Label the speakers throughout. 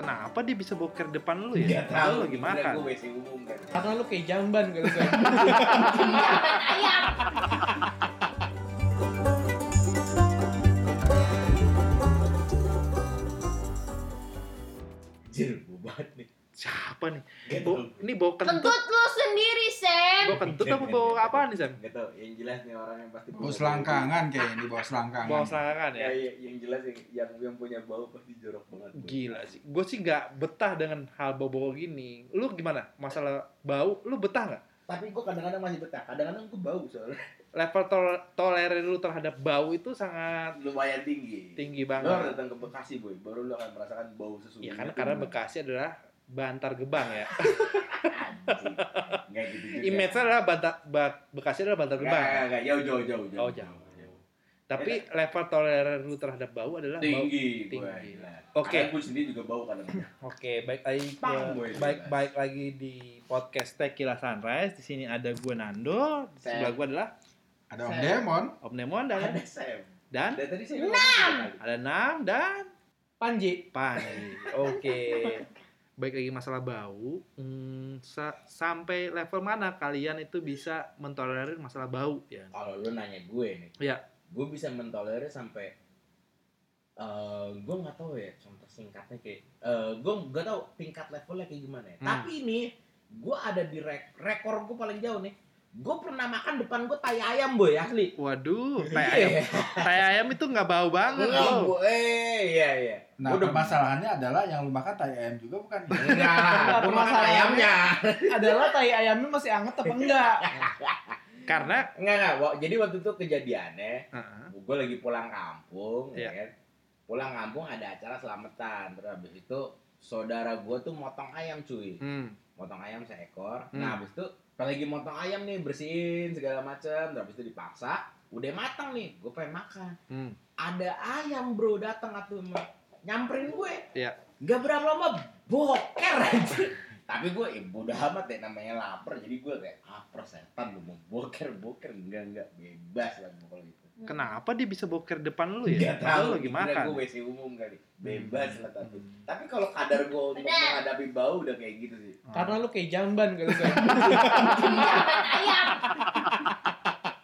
Speaker 1: Kenapa dia bisa boker depan lu ya?
Speaker 2: Nggak
Speaker 1: Padahal lu lagi
Speaker 2: gila,
Speaker 1: makan.
Speaker 2: Gue WC umum kan.
Speaker 3: Karena lu kayak jamban kali Shay.
Speaker 4: Makan ayam.
Speaker 2: Anjir, gue banget nih.
Speaker 1: Siapa nih?
Speaker 2: Gak tau.
Speaker 1: Bo- ini bawa kentut.
Speaker 4: Kentut lu sendiri, Sam.
Speaker 1: Bawa kentut apa bawa apa nih Sam?
Speaker 2: Gak tau, yang jelas nih orang yang pasti
Speaker 5: Bos langkangan kayaknya di bos
Speaker 1: Bawa
Speaker 5: langkangan.
Speaker 1: serangan ya.
Speaker 2: Ya, ya, yang jelas yang, yang, yang punya bau pasti jorok banget.
Speaker 1: Gila sih. Gue sih gak betah dengan hal bau-bau gini. Lu gimana? Masalah bau, lu betah gak?
Speaker 6: Tapi gue kadang-kadang masih betah. Kadang-kadang gue bau soalnya.
Speaker 1: Level tol- toleran lu terhadap bau itu sangat
Speaker 2: Lumayan tinggi.
Speaker 1: tinggi
Speaker 2: Lo
Speaker 1: banget.
Speaker 2: harus datang ke Bekasi, boy. Baru lo akan merasakan bau sesungguhnya.
Speaker 1: Ya kan karena Bekasi adalah Bantar Gebang ya.
Speaker 2: Gak gitu juga.
Speaker 1: Image-nya adalah Bantar Ba- Bekasi adalah Bantar
Speaker 2: Nggak,
Speaker 1: Gebang.
Speaker 2: nggak, nggak. Jauh, jauh, jauh.
Speaker 1: Oh, jauh. Tapi level toleran lu terhadap bau adalah bau.
Speaker 2: Tinggi,
Speaker 1: Tinggi.
Speaker 2: boy.
Speaker 1: Oke.
Speaker 2: Karena gue sendiri juga bau kadang
Speaker 1: Oke, baik lagi ke-
Speaker 2: Paham gue itu,
Speaker 1: baik
Speaker 2: Mas.
Speaker 1: baik lagi di podcast Tequila Sunrise. Di sini ada gue Nando, di
Speaker 6: Sam.
Speaker 1: sebelah gue adalah
Speaker 5: Ada Om
Speaker 6: Saya-
Speaker 5: Demon.
Speaker 1: Om Nemon dan
Speaker 2: Ada Sam.
Speaker 1: dan
Speaker 2: Dan tadi saya
Speaker 6: Nah.
Speaker 2: Enam!
Speaker 1: ada Nam dan
Speaker 3: Panji.
Speaker 1: Pani. Oke. Baik lagi masalah bau, hmm, sa- sampai level mana kalian itu bisa mentolerir masalah bau ya?
Speaker 2: Kalau lo nanya gue nih.
Speaker 1: Iya.
Speaker 2: Gue bisa mentolerir sampai eh gue nggak tahu ya contoh singkatnya kayak eh gue nggak tahu tingkat levelnya kayak gimana ya.
Speaker 1: Hmm.
Speaker 6: Tapi ini
Speaker 2: Gue ada di rek- rekor gue paling jauh nih. Gue pernah makan depan gue tai ayam boy asli. Iya.
Speaker 1: Waduh, tai ayam, tai ayam itu nggak bau banget
Speaker 2: Enggak,
Speaker 1: loh.
Speaker 2: Bu. Eh, iya iya.
Speaker 5: Nah,
Speaker 2: Udah.
Speaker 5: permasalahannya adalah yang lu makan tai ayam juga bukan?
Speaker 1: Ah,
Speaker 2: Enggak, gua makan
Speaker 3: permasalahannya-
Speaker 2: ayamnya.
Speaker 3: ya? Adalah tai ayamnya masih anget apa enggak?
Speaker 1: Ya. Karena
Speaker 2: Enggak enggak, Wak. jadi waktu itu kejadiannya
Speaker 1: Heeh.
Speaker 2: gue lagi pulang kampung
Speaker 1: Iya.
Speaker 2: ya kan. Pulang kampung ada acara selamatan. Terus habis itu saudara gue tuh motong ayam cuy.
Speaker 1: hmm,
Speaker 2: Motong ayam seekor.
Speaker 1: Hmm.
Speaker 2: Nah, habis itu pas lagi motong ayam nih bersihin segala macem terus habis itu dipaksa, udah matang nih, gue pengen makan.
Speaker 1: hmm.
Speaker 2: Ada ayam bro datang atau nyamperin gue.
Speaker 1: Iya.
Speaker 2: Gak berapa lama boker aja. Tapi gue ya bodo amat ya namanya lapar jadi gue kayak ah persetan lu mau boker boker enggak enggak bebas lah gua kalau gitu.
Speaker 1: kenapa dia bisa boker depan lu ya?
Speaker 2: Gak
Speaker 1: Padahal
Speaker 2: tahu
Speaker 1: lagi
Speaker 2: gimana
Speaker 1: makan. Hmm.
Speaker 2: Gue WC umum kali. Bebas lah tapi. Tapi kalau kadar gue untuk
Speaker 4: Bener.
Speaker 2: menghadapi bau udah kayak gitu sih.
Speaker 1: Oh.
Speaker 3: Karena lu kayak jamban kali Shay.
Speaker 4: Jamban ayam.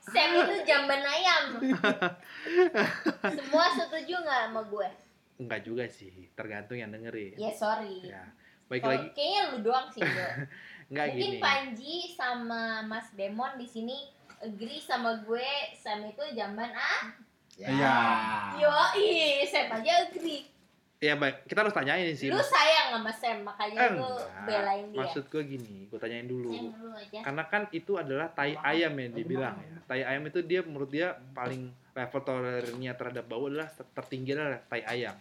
Speaker 4: Sam itu jamban ayam. Semua setuju nggak sama gue?
Speaker 1: Enggak juga sih, tergantung yang dengerin.
Speaker 4: Ya sorry.
Speaker 1: Ya. Baik
Speaker 4: Kalau-
Speaker 1: lagi,
Speaker 4: Kayaknya lu doang sih, Bro.
Speaker 1: enggak
Speaker 4: Mungkin
Speaker 1: gini.
Speaker 4: Panji sama Mas Demon di sini agree sama gue Sam itu jamban ah
Speaker 2: Ya.
Speaker 5: Iya.
Speaker 1: Ah.
Speaker 4: yo ih Sam aja agree
Speaker 1: Ya baik, kita harus tanyain sih.
Speaker 4: lu sayang sama Sam makanya lu
Speaker 1: Eh, Enggak.
Speaker 4: belain dia Iya.
Speaker 1: Maksud gue gini, gue tanyain
Speaker 4: Sam
Speaker 1: dulu.
Speaker 4: dulu aja
Speaker 1: Karena kan itu adalah tai ayam yang dibilang ya. Tai ayam itu dia menurut dia paling level tolerannya terhadap bau adalah ter- tertinggi adalah tai ayam.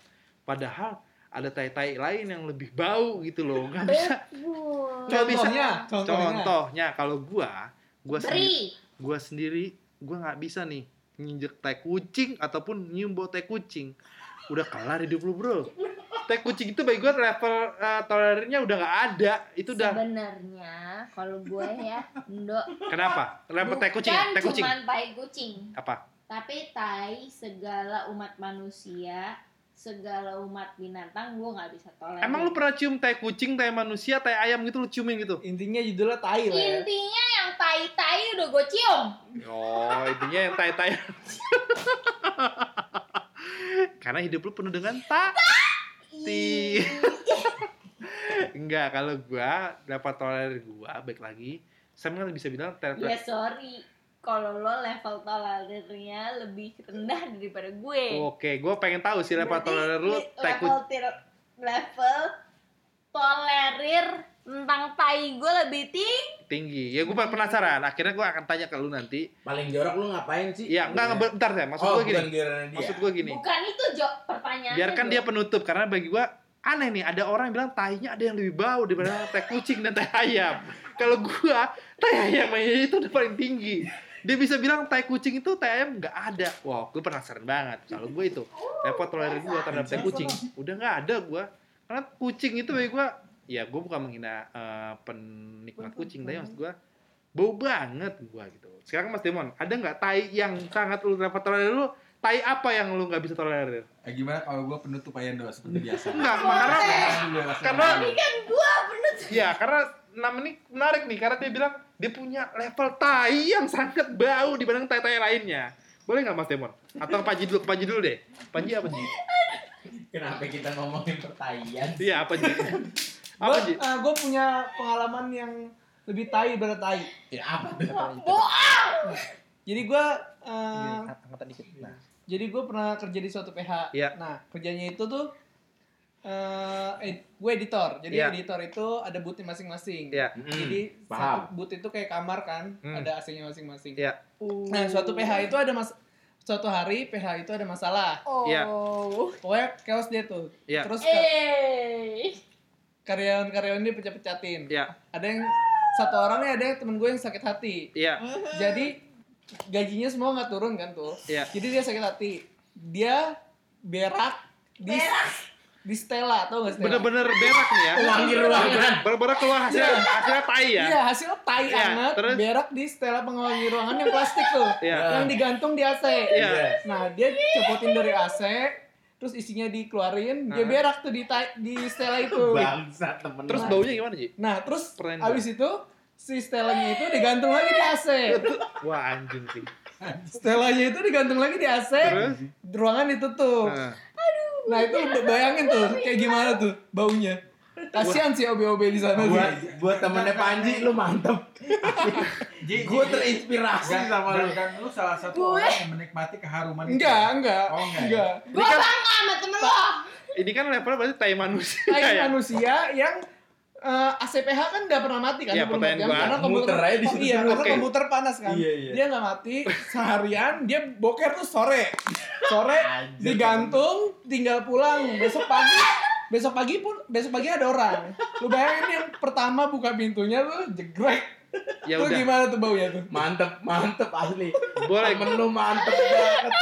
Speaker 1: Padahal ada tai-tai lain yang lebih bau gitu loh. Nggak bisa. Nggak bisa.
Speaker 3: Contohnya, contohnya.
Speaker 1: Contohnya kalau gua, gua sendiri,
Speaker 4: beri
Speaker 1: gua sendiri, gua nggak bisa nih nginjek tai kucing ataupun nyium bau tai kucing. Udah kelar hidup lu bro. Tai kucing itu bagi gua level eh, tolerannya udah nggak ada. Itu udah
Speaker 4: sebenarnya kalau gue ya Ndo
Speaker 1: Kenapa? Lempar tai kucing, ya?
Speaker 4: bukan
Speaker 1: tai kucing.
Speaker 4: cuman tai kucing
Speaker 1: Apa?
Speaker 4: tapi tai segala umat manusia segala umat binatang gue nggak bisa tolerir
Speaker 1: Emang lu pernah cium tai kucing, tai manusia, tai ayam gitu lu ciumin gitu?
Speaker 3: Intinya judulnya tai lah ya.
Speaker 4: intinya yang tai tai udah gue cium
Speaker 1: Oh, intinya yang tai-tai. Karena hidup lu penuh dengan tak. Ti.
Speaker 4: Ih.
Speaker 1: Enggak, kalau gua dapat tolerir gua baik lagi. Saya kan bisa bilang tai
Speaker 4: ya sorry kalau lo level tolerirnya lebih rendah daripada gue
Speaker 1: Oke, gua pengen tahu sih Oh, level
Speaker 4: Berarti
Speaker 1: tolerir lu
Speaker 4: li-
Speaker 1: tai
Speaker 4: level
Speaker 1: kucing.
Speaker 4: tir- level tolerir tentang tai gue lebih tinggi
Speaker 1: tinggi. Ya gua penasaran. Akhirnya gua akan tanya ke lu nanti.
Speaker 2: Paling jorok lu ngapain sih?
Speaker 1: Ya, enggak enggak, bentar ya. Maksud
Speaker 2: oh,
Speaker 1: gua gini.
Speaker 2: bukan Iya. giliran dia.
Speaker 1: Maksud gua gini.
Speaker 4: bukan itu jo pertanyaan
Speaker 1: biarkan dia penutup karena bagi gua aneh nih ada orang yang bilang tainya ada yang lebih bau daripada tai kucing dan tai ayam kalau gua tai ayam aja itu udah paling tinggi dia bisa bilang tai kucing itu tai ayam nggak ada wow gua penasaran banget kalau gua itu repot tolerir gua terhadap tai kucing udah nggak ada gua karena kucing itu bagi gua ya gua bukan menghina eh, penikmat kucing tapi maksud gua bau banget gua gitu sekarang mas Demon ada nggak tai yang sangat lu repot tolerir lu tai apa yang lu nggak bisa tolerir?
Speaker 5: Eh, gimana kalau gue penutup Ayando seperti biasa?
Speaker 1: Enggak, karena
Speaker 5: Rasain dulu, rasain
Speaker 1: Karena-
Speaker 5: dulu.
Speaker 4: Ini kan gua bener
Speaker 1: ya karena nama ini menarik nih karena dia bilang dia punya level tai yang sangat bau dibanding tai-tai lainnya. Boleh nggak Mas Demon? Atau Panji dulu, ke Panji dulu deh. Panji apa Ji?
Speaker 2: Kenapa kita ngomongin pertanyaan?
Speaker 1: Iya apa Ji? Apa Ji?
Speaker 3: gue eh, punya pengalaman yang lebih tai daripada tai.
Speaker 2: Ya apa tuh?
Speaker 3: Jadi gue
Speaker 6: angkatan dikit. Nah,
Speaker 3: jadi gue pernah kerja di suatu PH.
Speaker 1: Iya.
Speaker 3: Nah kerjanya itu tuh eh, ed- gue editor. Jadi
Speaker 1: Iya.
Speaker 3: editor itu ada booth masing-masing.
Speaker 1: Iya.
Speaker 2: Mm-mm.
Speaker 3: Jadi
Speaker 2: paham.
Speaker 3: satu booth itu kayak kamar kan,
Speaker 1: Hmm.
Speaker 3: ada AC-nya masing-masing.
Speaker 1: Iya.
Speaker 3: Nah suatu PH itu ada mas suatu hari PH itu ada masalah.
Speaker 4: Oh.
Speaker 1: Iya.
Speaker 3: Pokoknya chaos dia tuh.
Speaker 1: Iya.
Speaker 3: Terus ka-
Speaker 4: Eh.
Speaker 3: karyawan-karyawan dia pecah-pecatin.
Speaker 1: Iya.
Speaker 3: Ada yang satu orang nih ada yang temen gue yang sakit hati.
Speaker 1: Iya.
Speaker 3: Jadi gajinya semua nggak turun kan tuh.
Speaker 1: Iya.
Speaker 3: Jadi dia sakit hati. Dia berak di di Stella atau nggak Stella?
Speaker 1: Bener-bener berak nih ya.
Speaker 2: Wangi ruangan.
Speaker 1: Berak-berak keluar hasilnya, hasilnya tai ya.
Speaker 3: Iya hasil tai
Speaker 1: Iya,
Speaker 3: anget
Speaker 1: terus?
Speaker 3: berak di Stella pengawangi ruangan yang plastik tuh.
Speaker 1: Iya.
Speaker 3: Yang digantung di AC.
Speaker 1: Iya.
Speaker 3: Nah dia copotin dari AC. Terus isinya dikeluarin, dia
Speaker 1: Hah?
Speaker 3: berak tuh di tai- di Stella itu.
Speaker 2: Bangsa temen.
Speaker 1: Terus baunya gimana Ji?
Speaker 3: Nah, terus
Speaker 1: Keren banget.
Speaker 3: abis itu si Stellanya itu digantung lagi di AC.
Speaker 1: Wah anjing sih.
Speaker 3: Stellanya itu digantung lagi di AC.
Speaker 1: Terus?
Speaker 3: Ruangan ditutup.
Speaker 1: Nah.
Speaker 3: Nah, itu bayangin tuh kayak gimana tuh baunya. Kasihan sih OB-OB di sana tuh.
Speaker 2: buat buat temennya Panji lu mantep.
Speaker 5: Ji,
Speaker 2: Gue
Speaker 5: Ji,
Speaker 2: terinspirasi
Speaker 5: Dan,
Speaker 2: sama
Speaker 5: dan,
Speaker 2: lu.
Speaker 5: dan lu salah satu
Speaker 4: Gue.
Speaker 5: orang yang menikmati keharuman itu.
Speaker 3: Enggak, enggak.
Speaker 5: Oh, enggak ya?
Speaker 3: enggak.
Speaker 4: Gua bangga sama temen lo.
Speaker 1: Ini kan levelnya berarti tai manusia
Speaker 3: Kayak
Speaker 1: ya.
Speaker 3: manusia yang eh, ACPH kan nggak pernah mati kan
Speaker 1: Iya,
Speaker 3: 24
Speaker 1: pertanyaan
Speaker 3: jam,
Speaker 1: gua.
Speaker 3: karena komputer
Speaker 2: Muter aja di
Speaker 3: oh,
Speaker 2: situ.
Speaker 3: iya karena
Speaker 1: Oke.
Speaker 3: komputer panas kan
Speaker 2: Iya, iya.
Speaker 3: dia nggak mati seharian dia boker tuh sore sore
Speaker 2: Anjir.
Speaker 3: digantung tinggal pulang besok pagi besok pagi pun besok pagi ada orang lu bayangin yang pertama buka pintunya tuh jegrek
Speaker 1: Ya
Speaker 3: tuh
Speaker 1: udah,
Speaker 3: gimana tuh baunya tuh
Speaker 2: Mantep, mantep asli.
Speaker 1: boleh
Speaker 2: Temen lu mantep banget.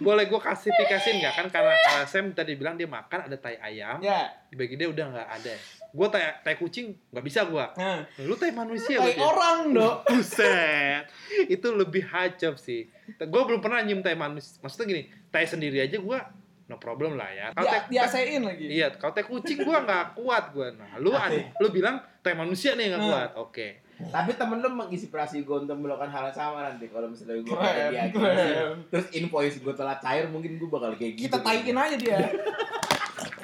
Speaker 1: boleh gue klasifikasiin nggak kan karena uh, Sam tadi bilang dia makan ada tai ayam
Speaker 3: ya
Speaker 1: bagi dia udah nggak ada gue tai, tai kucing nggak bisa gue
Speaker 3: nah,
Speaker 1: lu tai manusia
Speaker 3: tai
Speaker 1: berarti. ya?
Speaker 3: orang dok
Speaker 1: buset itu lebih hajab sih gue belum pernah nyium tai manusia maksudnya gini tai sendiri aja gue no problem lah ya kalau
Speaker 3: dia
Speaker 1: tai,
Speaker 3: diasain lagi
Speaker 1: iya kalau tai kucing gue nggak kuat gue nah lu ada- lu bilang tai manusia nih nggak
Speaker 3: Hmm.
Speaker 1: kuat oke
Speaker 2: Tapi temen lu menginspirasi gue untuk melakukan hal yang sama nanti. Kalau misalnya gue
Speaker 3: Keren,
Speaker 2: kayak dia
Speaker 3: keren.
Speaker 2: Terus invoice gue telat cair mungkin gue bakal kayak gitu.
Speaker 3: kita taikin aja dia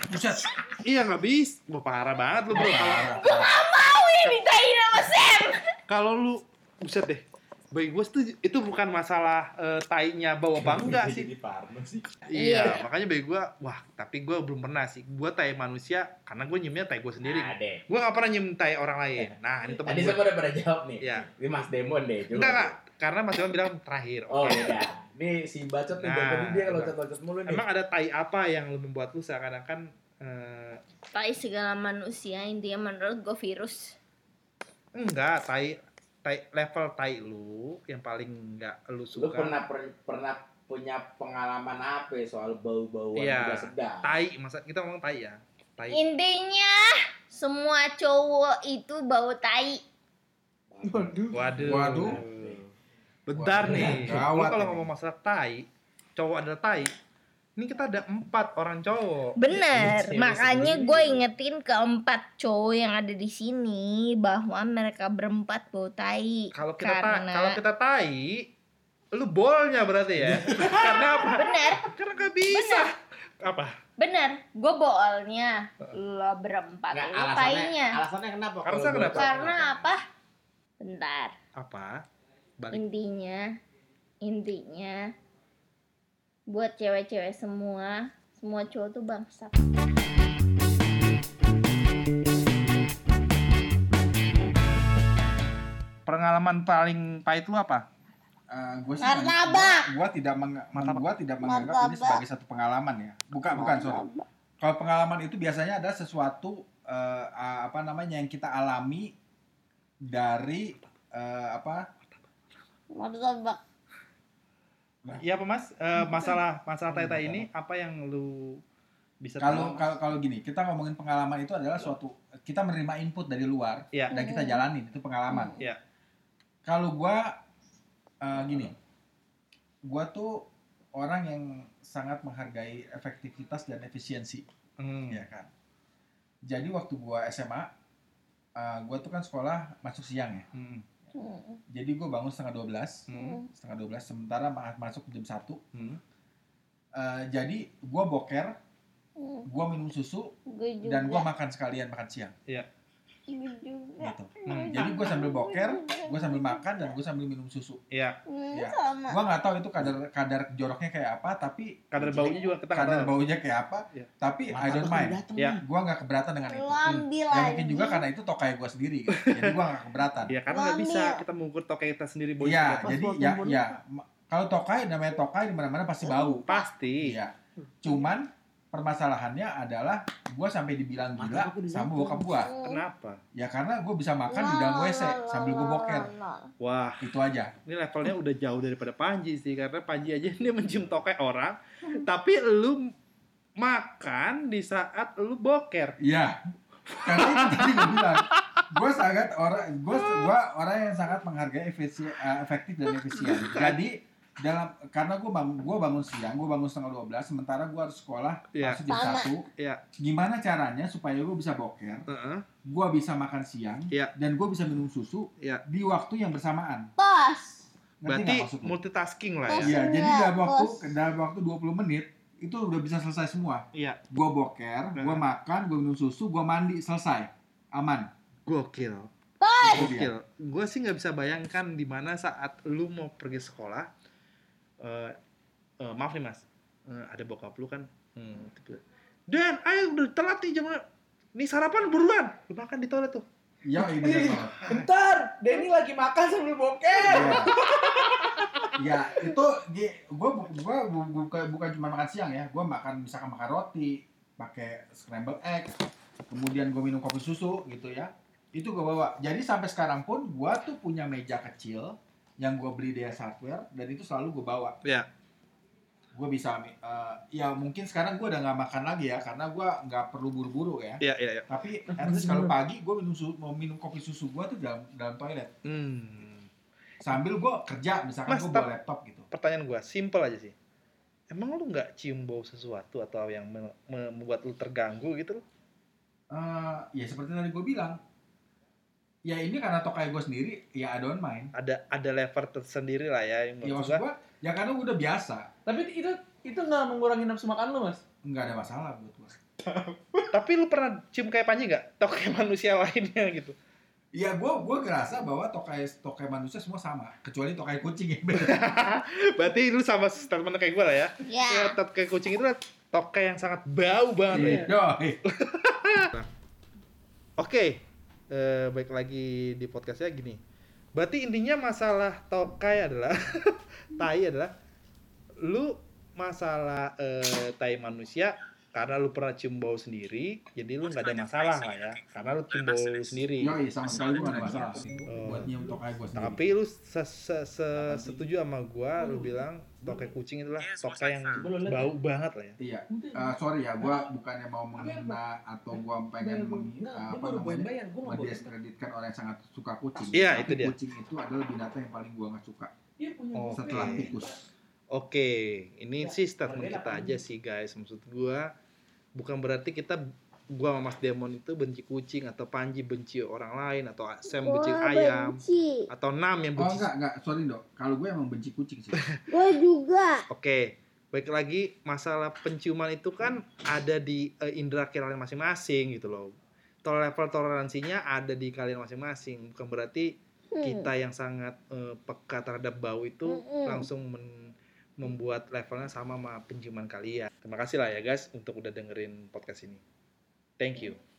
Speaker 5: Buset.
Speaker 1: iya nggak bisa Wah, parah banget lu bro kalau
Speaker 2: Ah,
Speaker 4: Wih, ditain sama Sam.
Speaker 1: kalau lu buset deh bagi gue itu itu bukan masalah eh, tainya bawa apa enggak sih
Speaker 2: Jadi parno sih.
Speaker 1: iya makanya bagi gue wah tapi gue belum pernah sih gue tai manusia karena gue nyiumnya tai gue sendiri
Speaker 2: Nah, deh.
Speaker 1: gue gak pernah nyium tai orang lain nah ini teman
Speaker 2: Tadi
Speaker 1: gue
Speaker 2: sama udah pada jawab nih.
Speaker 1: Iya.
Speaker 2: Ini Mas Demon deh. coba.
Speaker 1: enggak enggak karena mas Iwan bilang terakhir
Speaker 2: Oh
Speaker 1: oke.
Speaker 2: beda. Nih si bacot nih
Speaker 1: Nah,
Speaker 2: dari tadi dia
Speaker 1: coba.
Speaker 2: loncat-loncat mulu nih.
Speaker 1: emang ada tai apa yang lu membuat lu seakan-akan eh,
Speaker 4: Tai segala manusia intinya menurut gue virus.
Speaker 1: enggak tai tai level tai lu yang paling enggak lu
Speaker 2: lu
Speaker 1: suka
Speaker 2: pernah per- pernah punya pengalaman apa ya soal bau-bauan
Speaker 1: Iya.
Speaker 2: tidak sedap?
Speaker 1: tai masa kita ngomong tai ya tai
Speaker 4: Intinya semua cowok itu bau tai.
Speaker 3: waduh
Speaker 1: waduh
Speaker 5: Waduh.
Speaker 1: bentar
Speaker 5: Waduh,
Speaker 1: nih lu
Speaker 5: gawat
Speaker 1: kalau
Speaker 5: ini.
Speaker 1: ngomong masalah tai cowok adalah tai ini kita ada empat orang cowok
Speaker 4: Bener,
Speaker 1: Iya,
Speaker 4: makanya
Speaker 1: sendiri.
Speaker 4: gue ingetin keempat cowok yang ada di sini bahwa mereka berempat bau tai.
Speaker 1: kalau kita ta-
Speaker 4: Karena-
Speaker 1: kalau kita tai lu bolnya berarti ya karena apa
Speaker 4: Bener,
Speaker 1: karena gak bisa apa
Speaker 4: bener. Gue boolnya, lo berempat
Speaker 2: Nggak,
Speaker 4: lo
Speaker 2: alasannya,
Speaker 4: tainya.
Speaker 2: alasannya kenapa?
Speaker 1: Alasannya
Speaker 2: Kalau
Speaker 1: kenapa?
Speaker 2: bau tai?
Speaker 4: Karena apa? Bentar.
Speaker 1: apa balik
Speaker 4: intinya intinya buat cewek-cewek semua semua cowok tuh bangsat
Speaker 1: pengalaman paling pahit lu apa
Speaker 5: Eh, gua sih
Speaker 4: Martabak.
Speaker 5: gua, gua tidak meng,
Speaker 1: Martabak.
Speaker 5: gua tidak menganggap ini
Speaker 4: Martabak.
Speaker 5: sebagai satu pengalaman ya. Bukan bukan sorry. Kalau pengalaman itu biasanya ada sesuatu eh, a- apa namanya yang kita alami dari eh, apa
Speaker 4: martabak
Speaker 1: iya apa mas Eh, masalah masalah tai tai ini apa yang lu bisa tahu?
Speaker 5: kalau kalau kalau gini kita ngomongin pengalaman itu adalah suatu kita menerima input dari luar
Speaker 1: Iya.
Speaker 5: dan kita jalanin itu pengalaman.
Speaker 1: Iya.
Speaker 5: Kalau gua eh, gini, gua tuh orang yang sangat menghargai efektivitas dan efisiensi
Speaker 1: Hmm.
Speaker 5: ya kan jadi waktu gua SMA eh, gua tuh kan sekolah masuk siang ya
Speaker 1: Hmm.
Speaker 4: Hmm.
Speaker 5: jadi gua bangun setengah 12
Speaker 1: Hmm.
Speaker 5: setengah 12 sementara ma- masuk jam 1
Speaker 1: Hmm.
Speaker 5: Eh, jadi gua boker
Speaker 4: Hmm.
Speaker 5: gua minum susu
Speaker 4: Gue juga. Iya.
Speaker 5: dan gua makan sekalian makan siang
Speaker 4: Gue juga.
Speaker 5: gitu jadi gua sambil boker gua sambil makan dan gua sambil minum susu
Speaker 1: Iya,
Speaker 4: Hmm,
Speaker 5: Ya.
Speaker 4: sama.
Speaker 5: gua nggak tahu itu kadar kadar joroknya kayak apa tapi
Speaker 1: kadar baunya juga kita nggak
Speaker 5: kadar
Speaker 1: tahu.
Speaker 5: baunya kayak apa
Speaker 1: Iya.
Speaker 5: tapi I don't mind
Speaker 1: Ya.
Speaker 5: gua nggak keberatan dengan itu
Speaker 4: Lo ambil
Speaker 5: ya
Speaker 4: lagi.
Speaker 5: mungkin juga karena itu tokai gua sendiri gitu. jadi gua nggak keberatan
Speaker 1: Iya, karena nggak
Speaker 4: Wangi
Speaker 1: bisa
Speaker 4: ya.
Speaker 1: kita mengukur toke kita sendiri
Speaker 5: iya
Speaker 1: baunya seperti apa.
Speaker 5: jadi ya ya Ma- kalau tokai namanya tokai di mana-mana pasti bau
Speaker 1: Pasti.
Speaker 5: iya cuman permasalahannya adalah gua sampai dibilang gila sama bokap gua
Speaker 1: Kenapa?
Speaker 5: ya karena gua bisa makan di dalam WC sambil gua boker
Speaker 1: Wah,
Speaker 5: itu aja
Speaker 1: ini levelnya udah jauh daripada Panji sih karena Panji aja dia mencium toke orang, tapi lu makan di saat lu boker.
Speaker 5: Iya. Karena itu tadi gue bilang, gue sangat orang, gue gua orang yang sangat menghargai efisi- eh, efektif dan efisien. Jadi dalam karena gue bangun, gua bangun siang, gue bangun setengah 12, sementara gue harus sekolah
Speaker 1: Iya.
Speaker 5: masuk jam
Speaker 4: Sama.
Speaker 5: satu.
Speaker 1: Iya.
Speaker 5: Gimana caranya supaya gue bisa boker,
Speaker 1: Heeh.
Speaker 5: gue bisa makan siang,
Speaker 1: Iya.
Speaker 5: dan gue bisa minum susu
Speaker 1: Iya.
Speaker 5: di waktu yang bersamaan.
Speaker 4: Pas.
Speaker 5: Ngerti
Speaker 1: Berarti
Speaker 5: nggak maksud lu?
Speaker 1: multitasking lah ya.
Speaker 5: Iya,
Speaker 4: Enggak,
Speaker 5: jadi dalam waktu
Speaker 4: bos.
Speaker 5: dalam waktu 20 menit itu udah bisa selesai semua.
Speaker 1: Iya.
Speaker 5: Gua boker, gua
Speaker 1: Nah.
Speaker 5: makan, gua minum susu, gua mandi, selesai. Aman.
Speaker 1: Gokil.
Speaker 5: Itu dia.
Speaker 1: Gokil. Gue sih nggak bisa bayangkan di mana saat lu mau pergi sekolah. eh, eh, maaf nih mas, Eh, ada bokap lu kan. Hmm, tiba- Dan, ayo udah telat nih jam. Nih sarapan buruan. Lu makan di toilet tuh.
Speaker 5: Iya, ini bener
Speaker 3: Ih.
Speaker 5: banget.
Speaker 3: Bentar, Denny lagi makan sambil boker.
Speaker 5: Iya. Iya, itu gi- gua bu- gua bu- buka- bukan cuma makan siang ya, gua makan misalkan makan roti, pakai scramble egg, kemudian gua minum kopi susu gitu ya. Itu gua bawa. Jadi sampai sekarang pun gua tuh punya meja kecil yang gua beli dari hardware dan itu selalu gua bawa.
Speaker 1: Iya.
Speaker 5: Gua bisa eh, ya mungkin sekarang gua udah nggak makan lagi ya karena gua nggak perlu buru-buru ya.
Speaker 1: Iya, iya, iya.
Speaker 5: Tapi at least kalau pagi gua minum susu, mau minum kopi susu gua tuh dalam dalam toilet
Speaker 1: Hmm.
Speaker 5: sambil gua kerja misalkan
Speaker 1: Mas,
Speaker 5: gua
Speaker 1: tap-
Speaker 5: bawa laptop gitu.
Speaker 1: Pertanyaan gue, simple aja sih. Emang lu nggak cium bau sesuatu atau yang me- me- membuat lu terganggu gitu? loh?
Speaker 5: Eh, ya seperti tadi gue bilang ya ini karena tokai gue sendiri ya I don't mind
Speaker 1: Ada ada level tersendiri lah ya. yang maksud
Speaker 5: ya maksud
Speaker 1: gua.
Speaker 5: gue ya karena gue udah biasa
Speaker 3: Tapi itu itu nggak mengurangi nafsu makan lu mas?
Speaker 5: nggak ada masalah buat gue
Speaker 1: Tapi lu pernah cium kayak Panji nggak? Atau kayak manusia lainnya gitu?
Speaker 5: ya gue gue ngerasa bahwa tokai tokai manusia semua sama kecuali tokai kucing ya
Speaker 1: Berarti lu sama statement kayak gue lah ya.
Speaker 4: Ya.
Speaker 1: Ya, toke kucing itu adalah toke yang sangat bau banget. ya.
Speaker 5: Yoi.
Speaker 1: Oke, eh, baik lagi di podcastnya gini. Berarti intinya masalah tokai adalah tai adalah lu masalah eh, tai manusia karena lu pernah cium bau sendiri, jadi lu nggak ada masalah lah ya. Karena lu cium bau lu sendiri.
Speaker 5: Yoi, sama sekali gue gak ada masalah
Speaker 1: Oh.
Speaker 5: buat nyium tokai gue sendiri
Speaker 1: Iya. Tapi lu se- se- se- setuju sama gua, lu bilang tokai kucing itulah tokai yang bau banget lah ya.
Speaker 5: iya Eh, sorry ya gue bukannya mau menghina atau gue
Speaker 3: Iya,
Speaker 5: pengen meng, eh, apa namanya
Speaker 3: bayar, gue
Speaker 5: mendiskreditkan orang yang sangat suka kucing
Speaker 1: Iya, itu
Speaker 5: Tapi
Speaker 1: dia.
Speaker 5: kucing itu adalah binatang yang paling gue nggak suka
Speaker 3: Dia punya
Speaker 1: Oh.
Speaker 3: dompet.
Speaker 5: setelah tikus
Speaker 1: Oke, ini
Speaker 3: Ya,
Speaker 1: sih statement
Speaker 3: berbeda
Speaker 1: kita
Speaker 3: kan?
Speaker 1: aja sih guys. Maksud gua bukan berarti kita gua sama Mas Demon itu benci kucing atau Panji benci orang lain atau Sam benci
Speaker 4: Gua
Speaker 1: ayam
Speaker 4: benci.
Speaker 1: atau Nam yang
Speaker 5: Oh
Speaker 1: benci.
Speaker 5: enggak, enggak, sorry dok. Kalau gue emang benci kucing sih.
Speaker 4: Gue juga.
Speaker 1: Oke, baik lagi masalah penciuman itu kan ada di eh, indera kalian masing-masing gitu loh. Tol- level toleransinya ada di kalian masing-masing. Bukan berarti
Speaker 4: Hmm.
Speaker 1: kita yang sangat eh, peka terhadap bau itu
Speaker 4: Mm-mm.
Speaker 1: langsung men- membuat levelnya sama sama penciuman kalian. Terima kasih lah ya guys untuk udah dengerin podcast ini. Thank you.